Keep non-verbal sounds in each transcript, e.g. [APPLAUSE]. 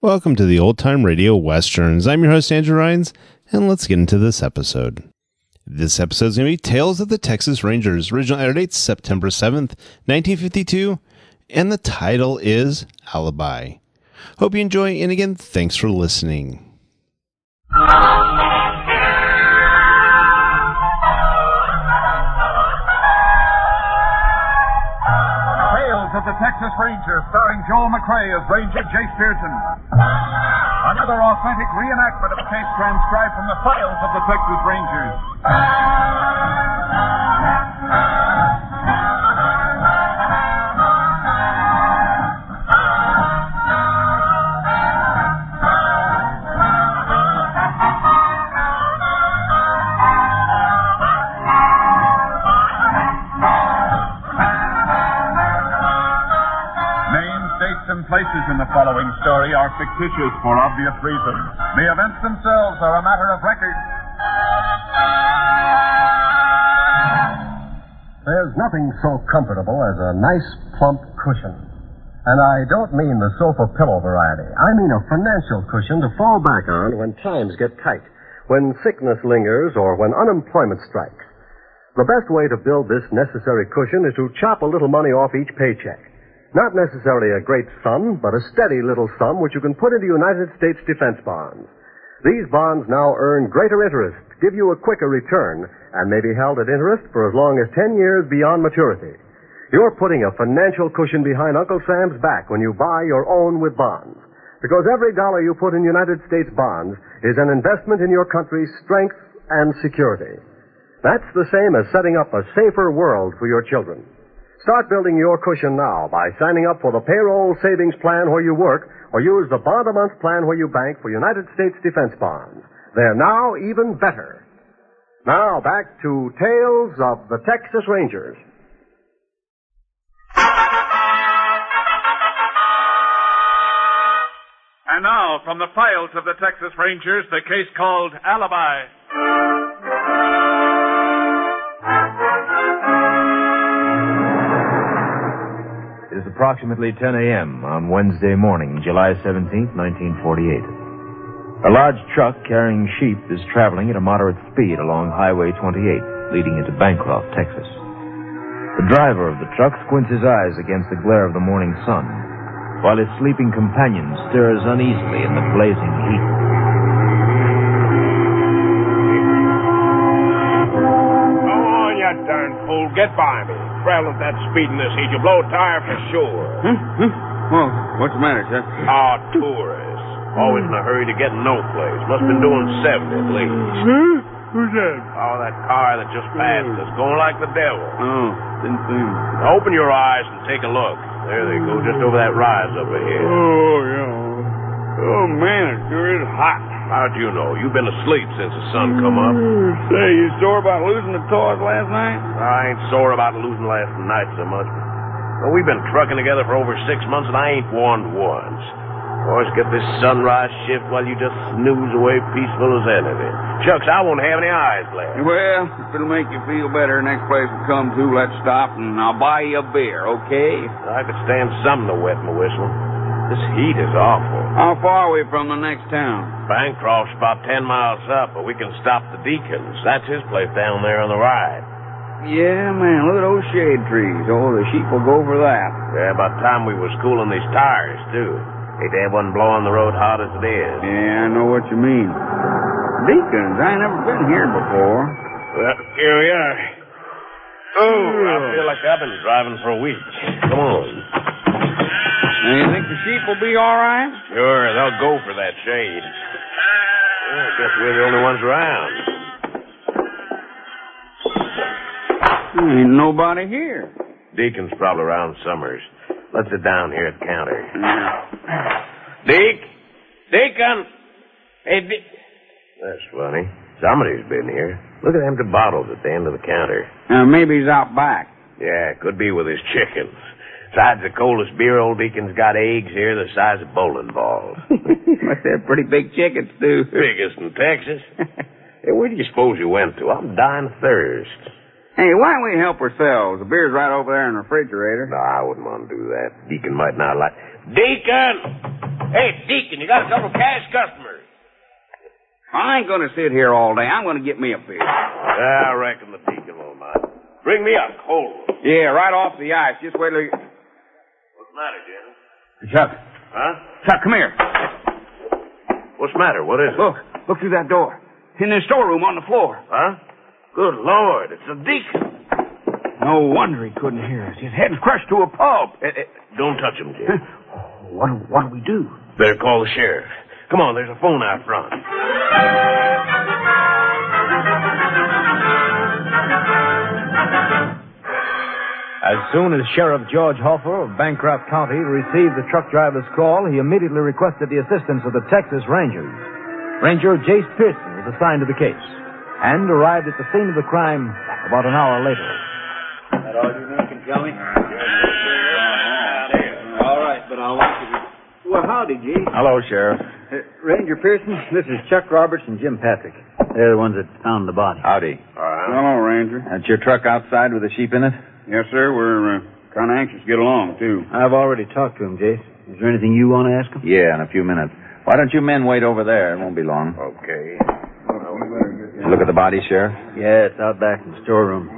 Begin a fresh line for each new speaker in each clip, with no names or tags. Welcome to the Old Time Radio Westerns. I'm your host, Andrew Rhines, and let's get into this episode. This episode is going to be Tales of the Texas Rangers. Original air date September 7th, 1952, and the title is Alibi. Hope you enjoy, and again, thanks for listening.
Tales of the Texas Ranger, starring Joel McRae as Ranger Jace Pearson. Another authentic reenactment of a case transcribed from the files of the Texas Rangers. Names, dates, and places in the following story are fictitious for obvious reasons. The events themselves are a matter of record.
There's nothing so comfortable as a nice, plump cushion. And I don't mean the sofa pillow variety. I mean a financial cushion to fall back on when times get tight, when sickness lingers, or when unemployment strikes. The best way to build this necessary cushion is to chop a little money off each paycheck. Not necessarily a great sum, but a steady little sum which you can put into United States defense bonds. These bonds now earn greater interest, give you a quicker return, and may be held at interest for as long as 10 years beyond maturity. You're putting a financial cushion behind Uncle Sam's back when you buy your own with bonds. Because every dollar you put in United States bonds is an investment in your country's strength and security. That's the same as setting up a safer world for your children. Start building your cushion now by signing up for the payroll savings plan where you work or use the bond a month plan where you bank for United States defense bonds. They're now even better. Now back to Tales of the Texas Rangers.
And now, from the files of the Texas Rangers, the case called Alibi.
It is approximately 10 a.m. on Wednesday morning, July 17, 1948. A large truck carrying sheep is traveling at a moderate speed along Highway 28, leading into Bancroft, Texas. The driver of the truck squints his eyes against the glare of the morning sun, while his sleeping companion stirs uneasily in the blazing heat.
Oh, you darn fool. Get by me. Travel at that speed in this heat. You blow a tire for sure.
Well, what's the matter, sir?
Ah, tourists. Always in a hurry to get no place. Must been doing 70 at least.
Who's that?
Oh, that car that just passed us. Going like the devil.
Oh, didn't see him.
Now open your eyes and take a look. There they go, just over that rise over here.
Oh, yeah. Oh, man, it sure is hot.
How'd you know? You've been asleep since the sun come up.
Say, you sore about losing the toys last night?
I ain't sore about losing last night so much. But we've been trucking together for over six months, and I ain't warned once. Boys, get this sunrise shift while you just snooze away peaceful as anything. Chucks, I won't have any eyes left.
Well, if it'll make you feel better, next place we come to, let's stop and I'll buy you a beer, okay?
I could stand something to wet my whistle. This heat is awful.
How far are we from the next town?
Bancroft's about ten miles up, but we can stop the Deacons. That's his place down there on the right.
Yeah, man, look at those shade trees. Oh, the sheep will go for that.
Yeah, about time we was cooling these tires, too. Hate to have one blow on the road hot as it is.
Yeah, I know what you mean. Deacons, I ain't never been here before.
Well, here we are. Oh, I feel like I've been driving for a week. Come on.
Now, you think the sheep will be all right?
Sure, they'll go for that shade. Yeah, I guess we're the only ones around.
Ain't nobody here.
Deacon's probably around Summers. Let's sit down here at the counter. Deacon, Deacon! Hey, De- That's funny. Somebody's been here. Look at empty bottles at the end of the counter.
Now, maybe he's out back.
Yeah, could be with his chickens. Besides the coldest beer, old Deacon's got eggs here the size of bowling [LAUGHS] balls.
Must have pretty big chickens,
[LAUGHS]
too.
Biggest in Texas. Hey, where do you suppose you went to? I'm dying of thirst.
Hey, why don't we help ourselves? The beer's right over there in the refrigerator.
No, I wouldn't want to do that. Deacon might not like. Deacon! Hey, Deacon, you got a double cash customer.
I ain't gonna sit here all day. I'm gonna get me a beer.
I reckon the Deacon will not. Bring me a cold one.
Yeah, right off the ice. Just wait till you...
What's the matter, Jim?
Chuck,
Huh?
Chuck, come here.
What's the matter? What is it?
Look, look through that door. In the storeroom on the floor.
Huh? Good Lord, it's a deacon.
No wonder he couldn't hear us. His head's crushed to a pulp.
Eh, eh, Don't touch him, [LAUGHS] Jim.
What, what do we do?
Better call the sheriff. Come on, there's a phone out front.
As soon as Sheriff George Hoffer of Bancroft County received the truck driver's call, he immediately requested the assistance of the Texas Rangers. Ranger Jace Pearson was assigned to the case and arrived at the scene of the crime about an hour later.
All right, but I want you to. Well, howdy, G.
Hello, Sheriff.
Uh, Ranger Pearson, this is Chuck Roberts and Jim Patrick. They're the ones that found the body.
Howdy.
Hello, Ranger.
That's your truck outside with the sheep in it?
Yes, sir. We're uh, kind of anxious to get along, too.
I've already talked to him, Jace. Is there anything you want to ask him?
Yeah, in a few minutes. Why don't you men wait over there? It won't be long.
Okay.
Look at the body, Sheriff.
Yeah, it's out back in the storeroom.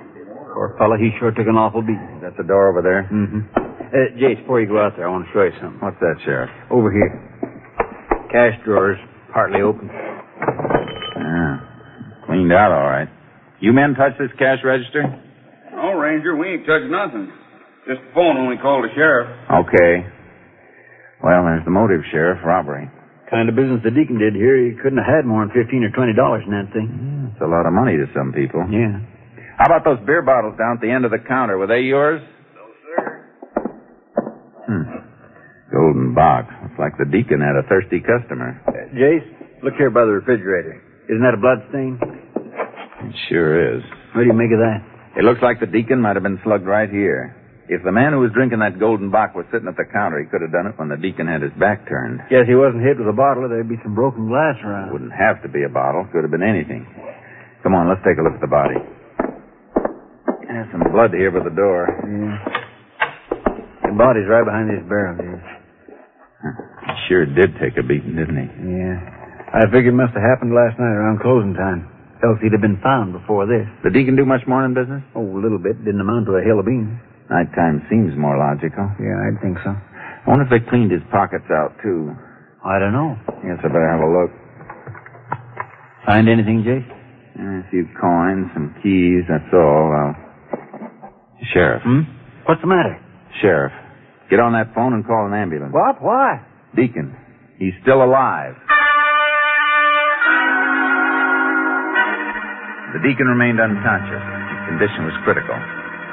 Poor fella, he sure took an awful beating.
That's the door over there.
Mm-hmm. Uh, Jace, before you go out there, I want to show you something.
What's that, Sheriff?
Over here. Cash drawers, partly open.
Yeah. Cleaned out, all right. You men touch this cash register?
Oh, Ranger, we ain't touched nothing. Just the phone when we called the sheriff.
Okay. Well, there's the motive, Sheriff. Robbery.
Kind of business the deacon did here, he couldn't have had more than fifteen or twenty dollars in that thing.
It's a lot of money to some people.
Yeah.
How about those beer bottles down at the end of the counter? Were they yours? No, sir. Hmm. Golden box. Looks like the deacon had a thirsty customer.
Uh, Jace, look here by the refrigerator. Isn't that a blood stain?
It sure is.
What do you make of that?
It looks like the deacon might have been slugged right here. If the man who was drinking that golden bock was sitting at the counter, he could have done it when the deacon had his back turned.
Guess he wasn't hit with a bottle, or there'd be some broken glass around.
Wouldn't have to be a bottle. Could have been anything. Come on, let's take a look at the body. There's some blood here by the door.
The body's right behind this barrel here.
He sure did take a beating, didn't he?
Yeah. I figured it must have happened last night around closing time. Else he'd have been found before this.
The deacon do much morning business?
Oh, a little bit. Didn't amount to a hill of beans.
Nighttime seems more logical.
Yeah, I'd think so.
I wonder if they cleaned his pockets out, too.
I don't know.
Yes, I better have a look.
Find anything, Jake?
Uh, A few coins, some keys, that's all. Uh, Sheriff.
Hmm? What's the matter?
Sheriff. Get on that phone and call an ambulance.
What? Why?
Deacon. He's still alive. The deacon remained unconscious. His condition was critical.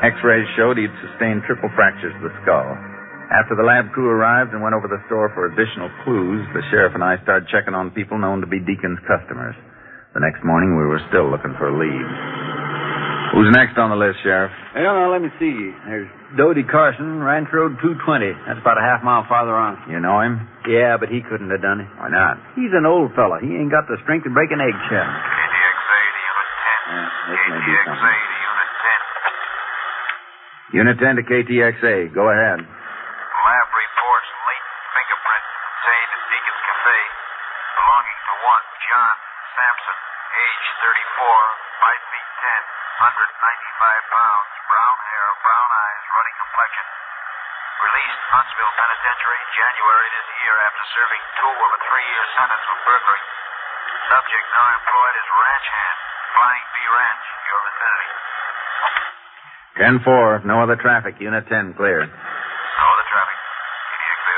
X-rays showed he'd sustained triple fractures of the skull. After the lab crew arrived and went over the store for additional clues, the sheriff and I started checking on people known to be Deacon's customers. The next morning, we were still looking for a lead. Who's next on the list, Sheriff?
Well, now let me see. There's Dodie Carson, Ranch Road 220. That's about a half mile farther on.
You know him?
Yeah, but he couldn't have done it.
Why not?
He's an old fella. He ain't got the strength to break an eggshell.
Yeah, this may be something. Unit 10 to KTXA. Go ahead.
Lab reports latent fingerprint contained at Deacon's Cafe belonging to one John Sampson, age 34, 5 feet 10, 195 pounds, brown hair, brown eyes, ruddy complexion. Released Huntsville Penitentiary January this year after serving two of a three-year sentence for burglary. Subject now employed as ranch hand, Flying B Ranch, your vicinity.
10 4. No other traffic. Unit 10 clear.
No other traffic. KDXA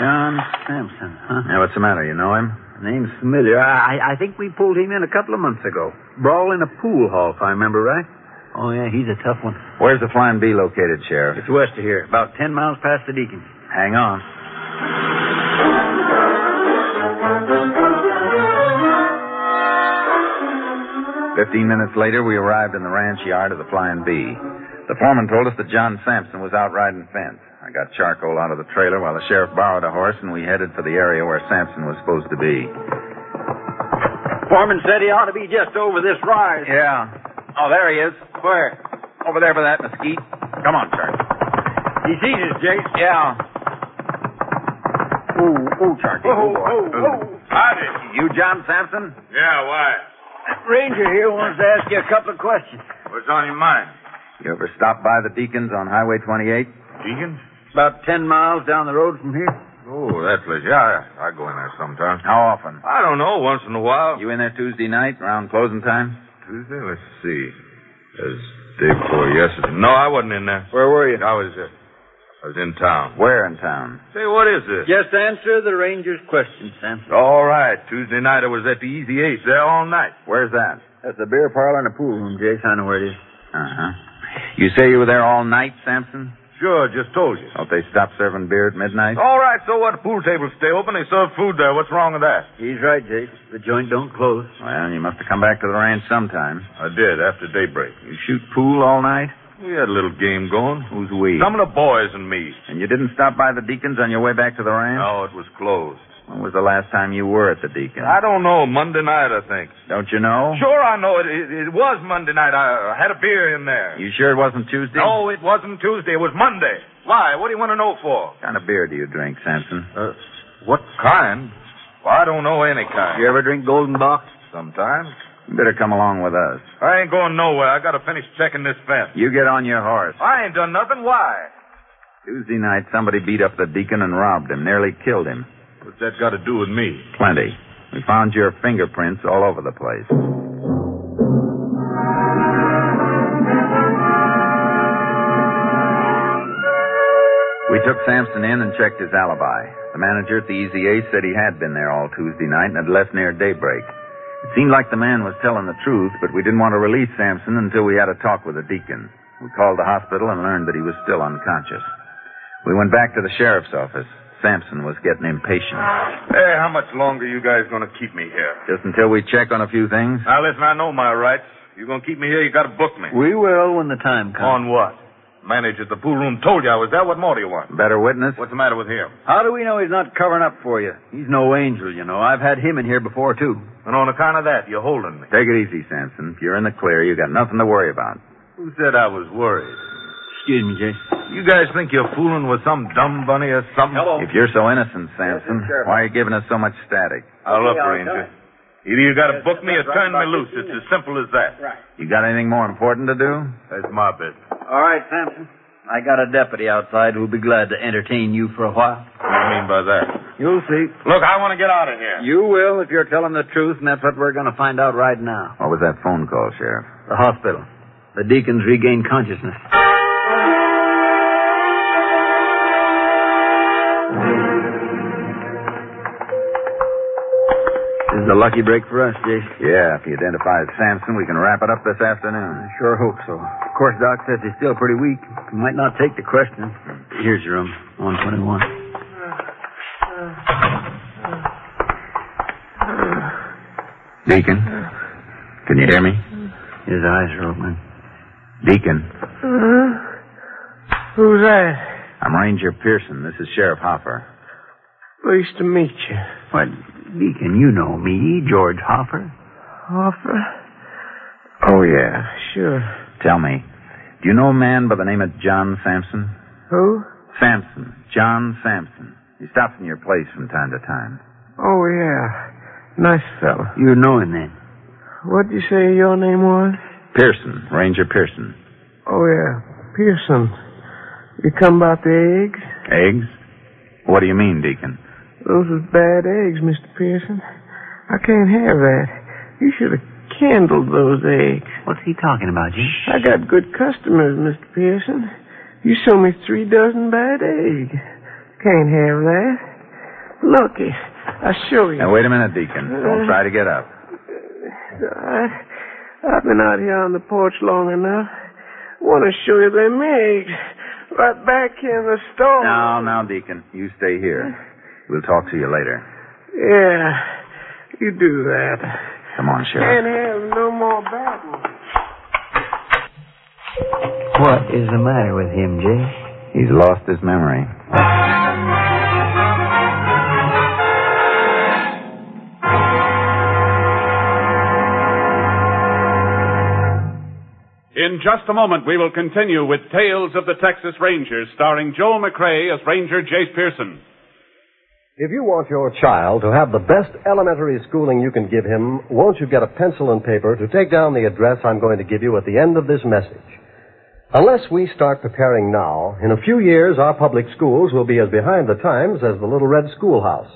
John Sampson, huh?
Yeah, what's the matter? You know him?
Name's familiar. I, I think we pulled him in a couple of months ago. Brawl in a pool hall, if I remember right. Oh, yeah, he's a tough one.
Where's the flying bee located, Sheriff?
It's west of here, about 10 miles past the Deacon.
Hang on. Fifteen minutes later, we arrived in the ranch yard of the Flying Bee. The foreman told us that John Sampson was out riding fence. I got charcoal out of the trailer while the sheriff borrowed a horse, and we headed for the area where Sampson was supposed to be.
Foreman said he ought to be just over this rise.
Yeah. Oh, there he is. Where? Over there by that mesquite. Come on, Charlie.
He sees us, Jake.
Yeah.
Oh,
Oh, oh, Sharky.
Whoa,
boy.
whoa, whoa. Howdy.
You John Sampson?
Yeah, why?
Ranger here wants to ask you a couple of questions.
What's on your mind?
You ever stop by the Deacons on Highway 28?
Deacon?
About 10 miles down the road from here.
Oh, that place. Yeah, I, I go in there sometimes.
How often?
I don't know, once in a while.
You in there Tuesday night around closing time?
Tuesday? Let's see. That's day before yesterday. No, I wasn't in there. Where were you? I was, uh, I was in town.
Where in town?
Say, what is this?
Just answer the ranger's question, Sampson.
All right. Tuesday night I was at the Easy Ace there all night.
Where's that? That's the beer parlor and the pool room, Jase. I know where it is. Uh huh. You say you were there all night, Sampson?
Sure, just told you.
Don't they stop serving beer at midnight?
All right, so what? The pool tables stay open. They serve food there. What's wrong with that?
He's right, Jase. The joint don't close. Well, you must have come back to the ranch sometime.
I did, after daybreak.
You shoot pool all night?
We had a little game going.
Who's we?
Some of the boys and me.
And you didn't stop by the Deacons on your way back to the ranch?
No, it was closed.
When was the last time you were at the Deacons?
I don't know. Monday night, I think.
Don't you know?
Sure, I know. It, it, it was Monday night. I, I had a beer in there.
You sure it wasn't Tuesday?
No, it wasn't Tuesday. It was Monday. Why? What do you want to know for?
What kind of beer do you drink, Sampson?
Uh, what kind? Well, I don't know any kind.
You ever drink Golden Box?
Sometimes.
You better come along with us.
I ain't going nowhere. I gotta finish checking this fence.
You get on your horse.
I ain't done nothing. Why?
Tuesday night, somebody beat up the deacon and robbed him, nearly killed him.
What's that got to do with me?
Plenty. We found your fingerprints all over the place. We took Sampson in and checked his alibi. The manager at the Easy Ace said he had been there all Tuesday night and had left near daybreak. It seemed like the man was telling the truth, but we didn't want to release Sampson until we had a talk with the deacon. We called the hospital and learned that he was still unconscious. We went back to the sheriff's office. Sampson was getting impatient.
Hey, how much longer you guys gonna keep me here?
Just until we check on a few things?
Now listen, I know my rights. You gonna keep me here? You gotta book me.
We will when the time
On what? Manager at the pool room told you I was there. What more do you want?
Better witness?
What's the matter with him?
How do we know he's not covering up for you? He's no angel, you know. I've had him in here before, too.
And on account of that, you're holding me.
Take it easy, Sampson. If you're in the clear, you got nothing to worry about.
Who said I was worried?
Excuse me, Jase.
You guys think you're fooling with some dumb bunny or something? Hello.
If you're so innocent, Sampson, why are you giving us so much static?
I'll up, Ranger. Either you gotta book me or turn me loose. It's as simple as that.
You got anything more important to do?
That's my business.
All right, Sampson. I got a deputy outside who'll be glad to entertain you for a while.
What do you mean by that?
You'll see.
Look, I want to get out of here.
You will if you're telling the truth, and that's what we're going to find out right now. What was that phone call, Sheriff? The hospital. The deacons regained consciousness. This is a lucky break for us, Jason. Yeah, if you identify as Sampson, we can wrap it up this afternoon. I sure hope so. Of course, Doc says he's still pretty weak. He might not take the question. Here's your um, room, 121. Deacon, can you hear me? His eyes are open. Deacon,
Uh-huh. Who's that?
I'm Ranger Pearson. This is Sheriff Hopper.
Pleased to meet you.
What? Deacon, you know me, George Hopper.
Hopper?
Oh, yeah.
Sure.
Tell me, do you know a man by the name of John Sampson?
Who?
Sampson. John Sampson. He stops in your place from time to time.
Oh, yeah. Nice fella.
You know him then?
What'd you say your name was?
Pearson, Ranger Pearson.
Oh, yeah. Pearson. You come about the eggs?
Eggs? What do you mean, Deacon?
Those are bad eggs, Mr. Pearson. I can't have that. You should have candled those eggs.
What's he talking about, you?
I got good customers, Mr. Pearson. You sold me three dozen bad eggs. Can't have that. Lucky. I show you.
Now, wait a minute, Deacon. Don't try to get up.
I, I've been out here on the porch long enough. Want to show you them eggs. Right back in the store.
Now, now, Deacon, you stay here. We'll talk to you later.
Yeah, you do that.
Come on,
Can't
Sheriff.
have no more bad ones.
What is the matter with him, Jay? He's lost his memory.
In just a moment, we will continue with Tales of the Texas Rangers, starring Joel McRae as Ranger Jace Pearson.
If you want your child to have the best elementary schooling you can give him, won't you get a pencil and paper to take down the address I'm going to give you at the end of this message? Unless we start preparing now, in a few years our public schools will be as behind the times as the Little Red Schoolhouse.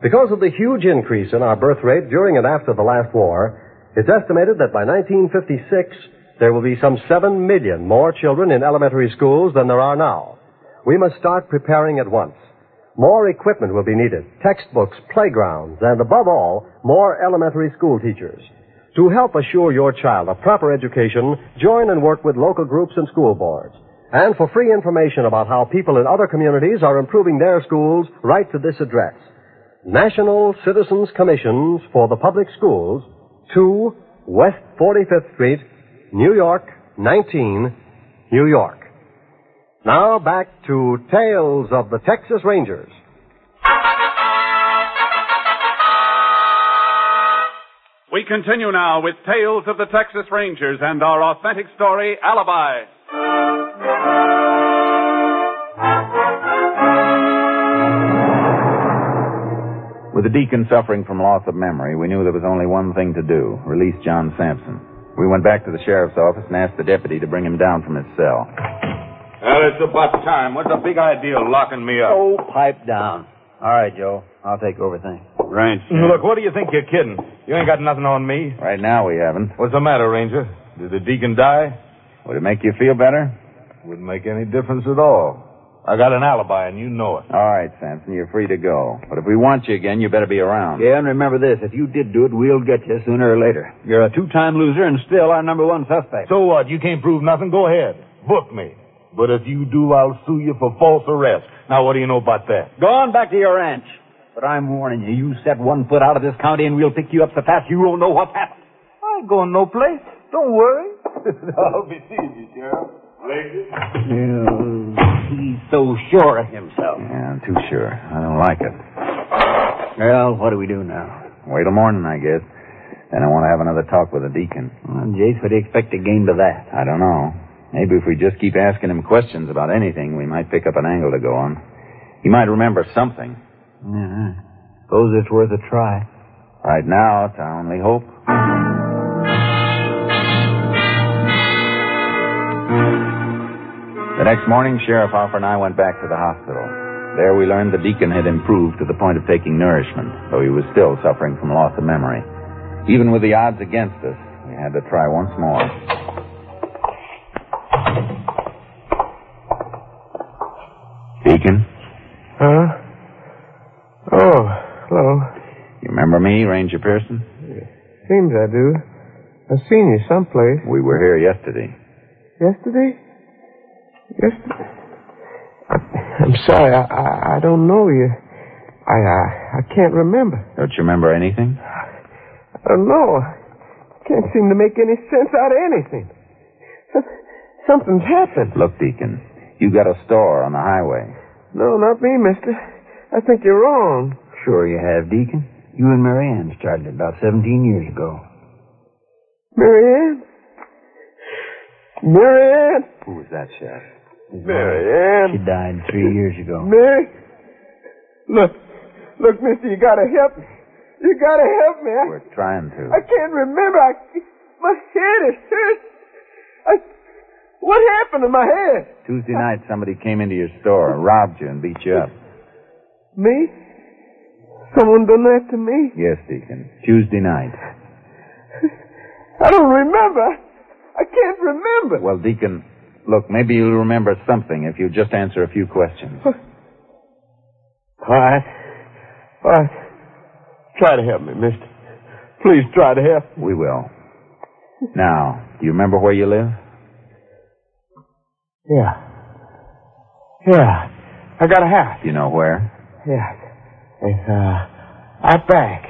Because of the huge increase in our birth rate during and after the last war, it's estimated that by 1956 there will be some 7 million more children in elementary schools than there are now. We must start preparing at once. More equipment will be needed textbooks, playgrounds, and above all, more elementary school teachers. To help assure your child a proper education, join and work with local groups and school boards. And for free information about how people in other communities are improving their schools, write to this address National Citizens Commissions for the Public Schools, 2 West 45th Street, New York, 19, New York. Now back to Tales of the Texas Rangers.
We continue now with Tales of the Texas Rangers and our authentic story, Alibi.
With the deacon suffering from loss of memory, we knew there was only one thing to do release John Sampson. We went back to the sheriff's office and asked the deputy to bring him down from his cell.
Well, it's about time. What's the big idea of locking me up?
Oh, pipe down. All right, Joe. I'll take over things.
Ranch. Mm, Look, what do you think you're kidding? You ain't got nothing on me.
Right now, we haven't.
What's the matter, Ranger? Did the deacon die?
Would it make you feel better?
Wouldn't make any difference at all. I got an alibi, and you know it.
All right, Sampson, you're free to go. But if we want you again, you better be around.
Yeah, and remember this. If you did do it, we'll get you sooner or later. You're a two-time loser and still our number one suspect.
So what? You can't prove nothing? Go ahead. Book me. But if you do, I'll sue you for false arrest. Now, what do you know about that?
Go on back to your ranch. But I'm warning you, you set one foot out of this county and we'll pick you up so fast you won't know what's happened.
I ain't going no place. Don't worry. [LAUGHS] I'll be seeing you, Sheriff. Later.
he's so sure of himself.
Yeah, I'm too sure. I don't like it.
Well, what do we do now?
Wait till morning, I guess. Then I want to have another talk with the deacon.
Well, Jace, what do you expect to gain by that?
I don't know. Maybe if we just keep asking him questions about anything, we might pick up an angle to go on. He might remember something.
Yeah, suppose it's worth a try.
Right now, it's our only hope. The next morning, Sheriff Hoffer and I went back to the hospital. There we learned the deacon had improved to the point of taking nourishment, though he was still suffering from loss of memory. Even with the odds against us, we had to try once more. Deacon,
Huh? Oh, hello.
you remember me, Ranger Pearson?
Seems I do. I seen you someplace.
We were here yesterday.
Yesterday? Yesterday? I'm sorry, I, I, I don't know you. I, I I can't remember.
Don't you remember anything?
I don't know. Can't seem to make any sense out of anything. Something's happened.
Look, Deacon, you got a store on the highway.
No, not me, mister. I think you're wrong.
Sure you have, Deacon. You and Mary Ann started it about 17 years ago.
Marianne? Marianne?
Who was that, Sheriff?
Marianne?
She died three years ago.
Mary? Look, look, mister, you gotta help me. You gotta help me. I,
We're trying to.
I can't remember. I, my head, it hurts. I, what happened to my head?
Tuesday night, somebody came into your store, robbed you, and beat you up.
Me? Someone done that to me?
Yes, Deacon. Tuesday night.
I don't remember. I can't remember.
Well, Deacon, look, maybe you'll remember something if you just answer a few questions.
All right. All right. Try to help me, mister. Please try to help.
We will. Now, do you remember where you live?
Yeah. Yeah. I got a house.
Do you know where?
Yeah. It's, uh, out back.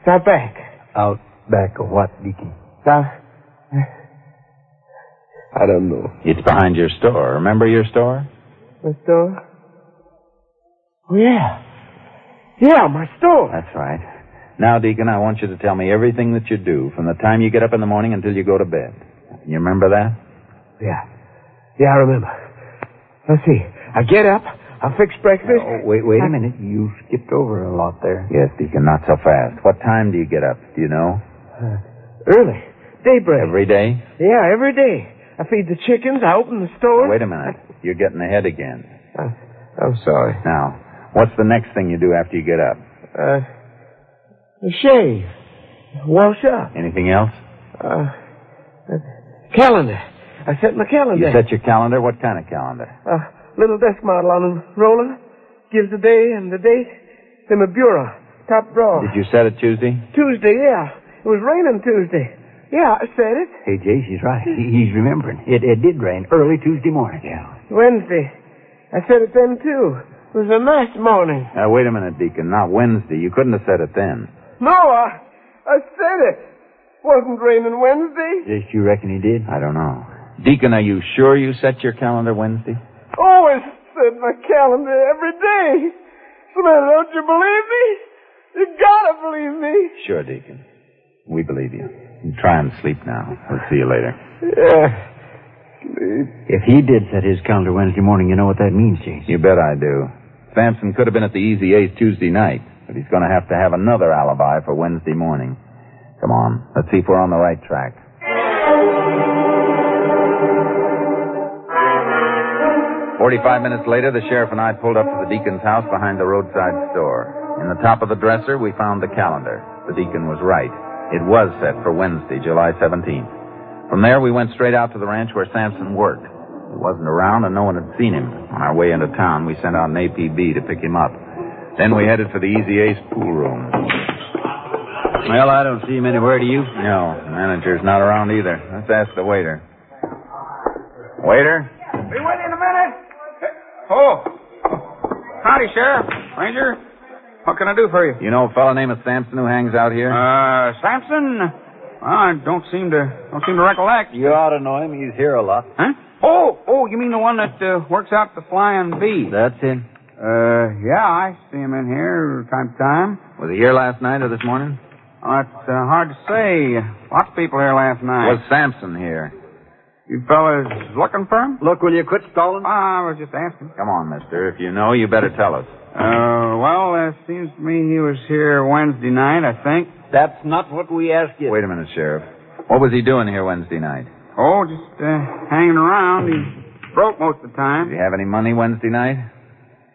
It's out back.
Out back of what, Deacon?
It's out... I don't know.
It's behind your store. Remember your store?
My store? Oh, yeah. Yeah, my store.
That's right. Now, Deacon, I want you to tell me everything that you do from the time you get up in the morning until you go to bed. You remember that?
Yeah. Yeah, I remember. Let's see. I get up.
I'll fix breakfast.
wait, wait a
minute. You skipped over a lot there.
Yes, Deacon, not so fast. What time do you get up? Do you know?
Early. Daybreak.
Every day?
Yeah, every day. I feed the chickens. I open the store.
Wait a minute. You're getting ahead again.
I'm sorry.
Now, what's the next thing you do after you get up?
Uh, shave. Wash up.
Anything else?
Uh, uh, calendar. I set my calendar.
You set your calendar? What kind of calendar?
uh, little desk model on a roller. Gives the day and the date. Then a bureau. Top
Oh.
drawer.
Did you set it Tuesday?
Tuesday, yeah. It was raining Tuesday. Yeah, I said it.
Hey, Jay, she's right. He, he's remembering. It, it did rain early Tuesday morning. Yeah.
Wednesday. I said it then, too. It was a nice morning.
Uh, wait a minute, Deacon. Not Wednesday. You couldn't have said it then.
No, I, I said it. Wasn't raining Wednesday.
Yes, you reckon he did? I don't know. Deacon, are you sure you set your calendar Wednesday?
Always said my calendar every day. Samantha, don't you believe me? You gotta believe me.
Sure, Deacon. We believe you. You Try and sleep now. We'll see you later. Uh,
Yeah.
If he did set his calendar Wednesday morning, you know what that means, Jay.
You bet I do. Sampson could have been at the Easy Ace Tuesday night, but he's going to have to have another alibi for Wednesday morning. Come on, let's see if we're on the right track. Forty-five minutes later, the sheriff and I pulled up to the deacon's house behind the roadside store. In the top of the dresser, we found the calendar. The deacon was right. It was set for Wednesday, July 17th. From there, we went straight out to the ranch where Sampson worked. He wasn't around and no one had seen him. On our way into town, we sent out an APB to pick him up. Then we headed for the Easy Ace pool room. Well, I don't see him anywhere, do you? No, the manager's not around either. Let's ask the waiter. Waiter?
Be with you in a minute. Oh. Howdy, Sheriff. Ranger. What can I do for you?
You know a fellow named Sampson who hangs out here?
Uh, Sampson? I don't seem to don't seem to recollect.
You ought to know him. He's here a lot.
Huh? Oh, oh, you mean the one that uh, works out the flying bee?
That's him.
Uh, yeah, I see him in here time to time.
Was he here last night or this morning?
Oh, it's uh, hard to say. Lots of people here last night.
Was Sampson here?
You fellas looking for him? Ah,
Look, will you quit stalling?
I was just asking.
Come on, mister. If you know, you better tell us.
Uh, well, it seems to me he was here Wednesday night, I think.
That's not what we asked you.
Wait a minute, Sheriff. What was he doing here Wednesday night?
Oh, just uh, hanging around. He's broke most of the
Did
time.
he have any money Wednesday night?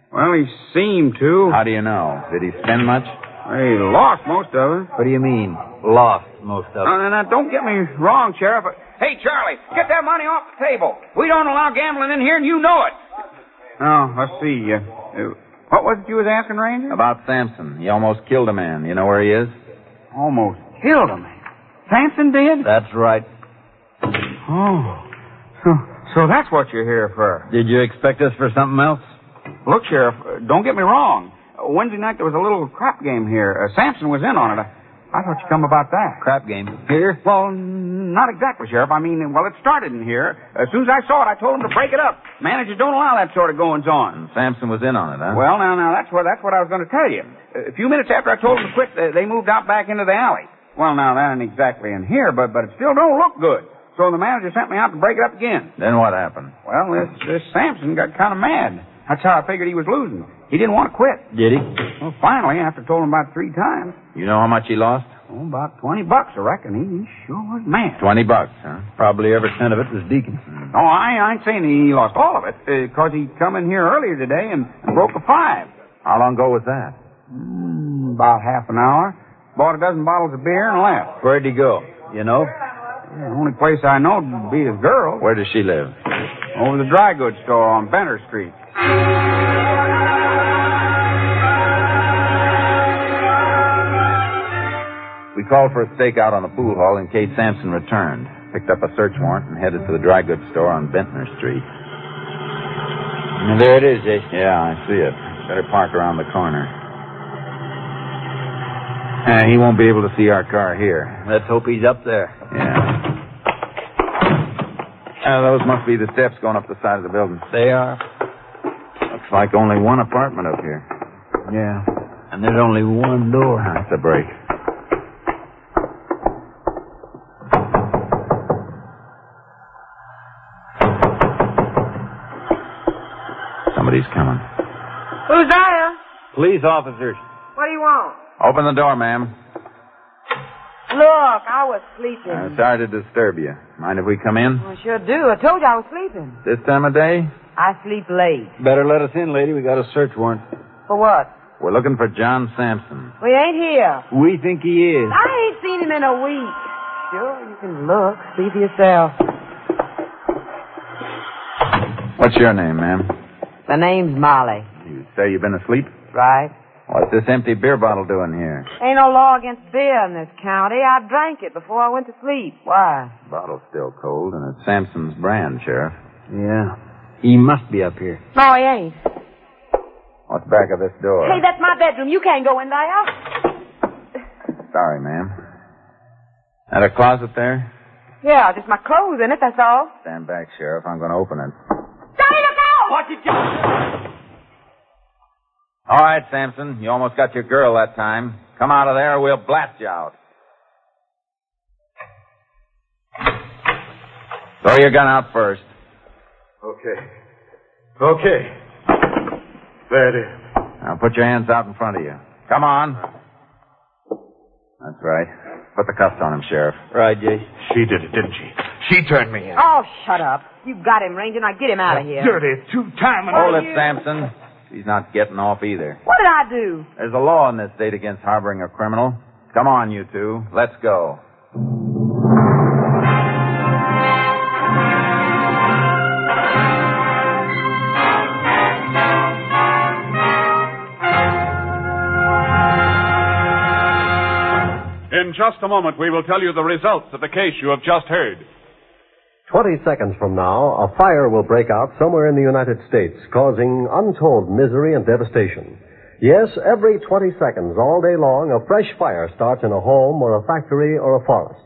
Well, he seemed to.
How do you know? Did he spend much?
He lost most of it.
What do you mean, lost most of
Now, Uh, now, now, don't get me wrong, Sheriff. but- Hey, Charlie, get that money off the table. We don't allow gambling in here, and you know it. Now, let's see. Uh, uh, what was it you was asking, Ranger?
About Sampson. He almost killed a man. You know where he is?
Almost killed him. Samson did?
That's right.
Oh. So, so that's what you're here for.
Did you expect us for something else?
Look, Sheriff, uh, don't get me wrong. Uh, Wednesday night there was a little crap game here. Uh, Sampson was in on it. I, I thought you come about that.
Crap game.
Here? Well, n- not exactly, Sheriff. I mean, well, it started in here. As soon as I saw it, I told him to break it up. Managers don't allow that sort of goings on.
Sampson was in on it, huh?
Well, now, now, that's what that's what I was going to tell you. A few minutes after I told them to quit, they, they moved out back into the alley. Well, now that ain't exactly in here, but but it still don't look good. So the manager sent me out to break it up again.
then what happened?
Well, this this Sampson got kind of mad. That's how I figured he was losing. He didn't want to quit.
Did he?
Well, finally, after told him about three times,
You know how much he lost?
oh, about twenty bucks, I reckon. He, he sure was mad.
Twenty bucks, huh? Probably every cent of it was Deacon.
Oh, I, I ain't saying he lost all of it, because he come in here earlier today and, and broke a five.
How long ago was that?
Mm, about half an hour. Bought a dozen bottles of beer and left.
Where'd he go? You know?
The only place I know to be his girl.
Where does she live?
Over the dry goods store on Benner Street.
We called for a stakeout on the pool hall in case Sampson returned. Picked up a search warrant and headed for the dry goods store on Bentner Street. there it is, Jay. Yeah, I see it. Better park around the corner. Uh, he won't be able to see our car here.
Let's hope he's up there.
Yeah. Uh, those must be the steps going up the side of the building.
They are.
Looks like only one apartment up here.
Yeah. And there's only one door.
That's a break. Somebody's coming.
Who's there?
Police officers.
What do you want?
Open the door, ma'am.
Look, I was sleeping.
Uh, sorry to disturb you. Mind if we come in?
I sure do. I told you I was sleeping.
This time of day?
I sleep late.
Better let us in, lady. We got a search warrant.
For what?
We're looking for John Sampson.
We ain't here.
We think he is.
I ain't seen him in a week. Sure, you can look. See for yourself.
What's your name, ma'am?
My name's Molly.
You say you've been asleep?
Right.
What's this empty beer bottle doing here?
Ain't no law against beer in this county. I drank it before I went to sleep. Why?
Bottle's still cold, and it's Sampson's brand, Sheriff. Yeah. He must be up here.
No, he ain't.
What's back of this door?
Hey, that's my bedroom. You can't go in there.
Sorry, ma'am. That a closet there?
Yeah, just my clothes in it, that's all.
Stand back, Sheriff. I'm going to open it.
Johnny, look out! What did
All right, Sampson. You almost got your girl that time. Come out of there or we'll blast you out. Throw your gun out first.
Okay. Okay. There it is.
Now put your hands out in front of you. Come on. That's right. Put the cuffs on him, Sheriff. Right, Jay. She did it, didn't she? She turned me
Oh, shut up. You got him, Ranger. Now get him out of here.
Dirty
two-time...
Hold it, Sampson. She's not getting off either.
What did I do?
There's a law in this state against harboring a criminal. Come on, you two. Let's go.
In just a moment, we will tell you the results of the case you have just heard.
20 seconds from now, a fire will break out somewhere in the United States, causing untold misery and devastation. Yes, every 20 seconds, all day long, a fresh fire starts in a home or a factory or a forest.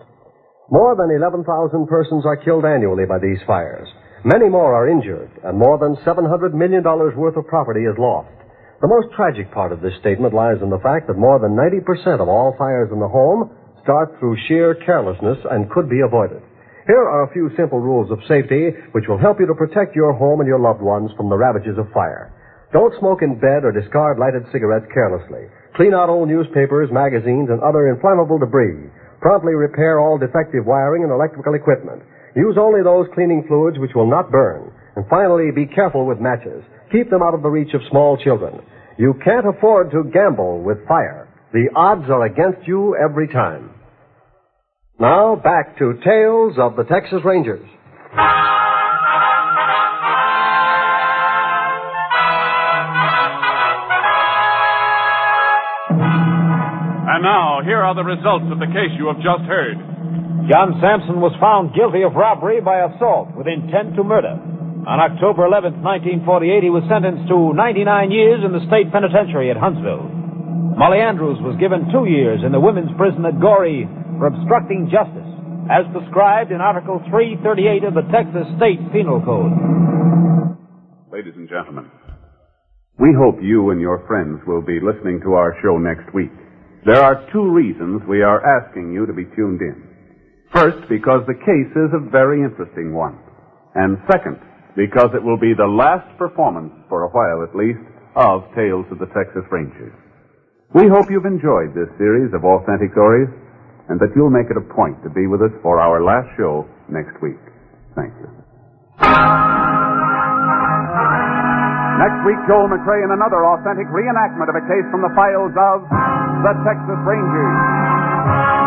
More than 11,000 persons are killed annually by these fires. Many more are injured, and more than $700 million worth of property is lost. The most tragic part of this statement lies in the fact that more than 90% of all fires in the home start through sheer carelessness and could be avoided. Here are a few simple rules of safety which will help you to protect your home and your loved ones from the ravages of fire. Don't smoke in bed or discard lighted cigarettes carelessly. Clean out old newspapers, magazines, and other inflammable debris. Promptly repair all defective wiring and electrical equipment. Use only those cleaning fluids which will not burn. And finally, be careful with matches. Keep them out of the reach of small children. You can't afford to gamble with fire. The odds are against you every time. Now, back to Tales of the Texas Rangers.
And now, here are the results of the case you have just heard.
John Sampson was found guilty of robbery by assault with intent to murder. On October 11, 1948, he was sentenced to 99 years in the state penitentiary at Huntsville. Molly Andrews was given two years in the women's prison at Goree for obstructing justice, as prescribed in Article 338 of the Texas State Penal Code.
Ladies and gentlemen, we hope you and your friends will be listening to our show next week. There are two reasons we are asking you to be tuned in. First, because the case is a very interesting one. And second, because it will be the last performance, for a while at least, of Tales of the Texas Rangers. We hope you've enjoyed this series of authentic stories and that you'll make it a point to be with us for our last show next week. Thank you.
Next week, Joel McRae in another authentic reenactment of a case from the files of the Texas Rangers.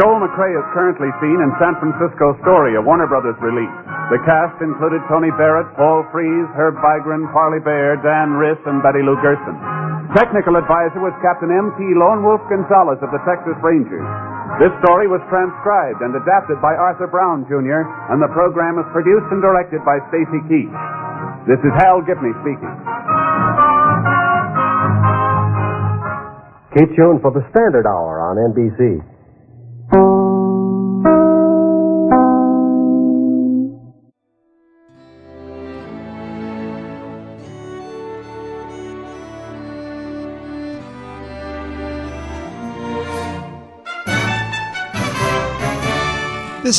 Joel McRae is currently seen in San Francisco Story, a Warner Brothers release. The cast included Tony Barrett, Paul Frees, Herb Vigran, Parley Bear, Dan Riss, and Betty Lou Gerson. Technical advisor was Captain M.T. Lone Wolf Gonzalez of the Texas Rangers. This story was transcribed and adapted by Arthur Brown, Jr., and the program is produced and directed by Stacy Key. This is Hal Gibney speaking.
Keep tuned for the Standard Hour on NBC.
This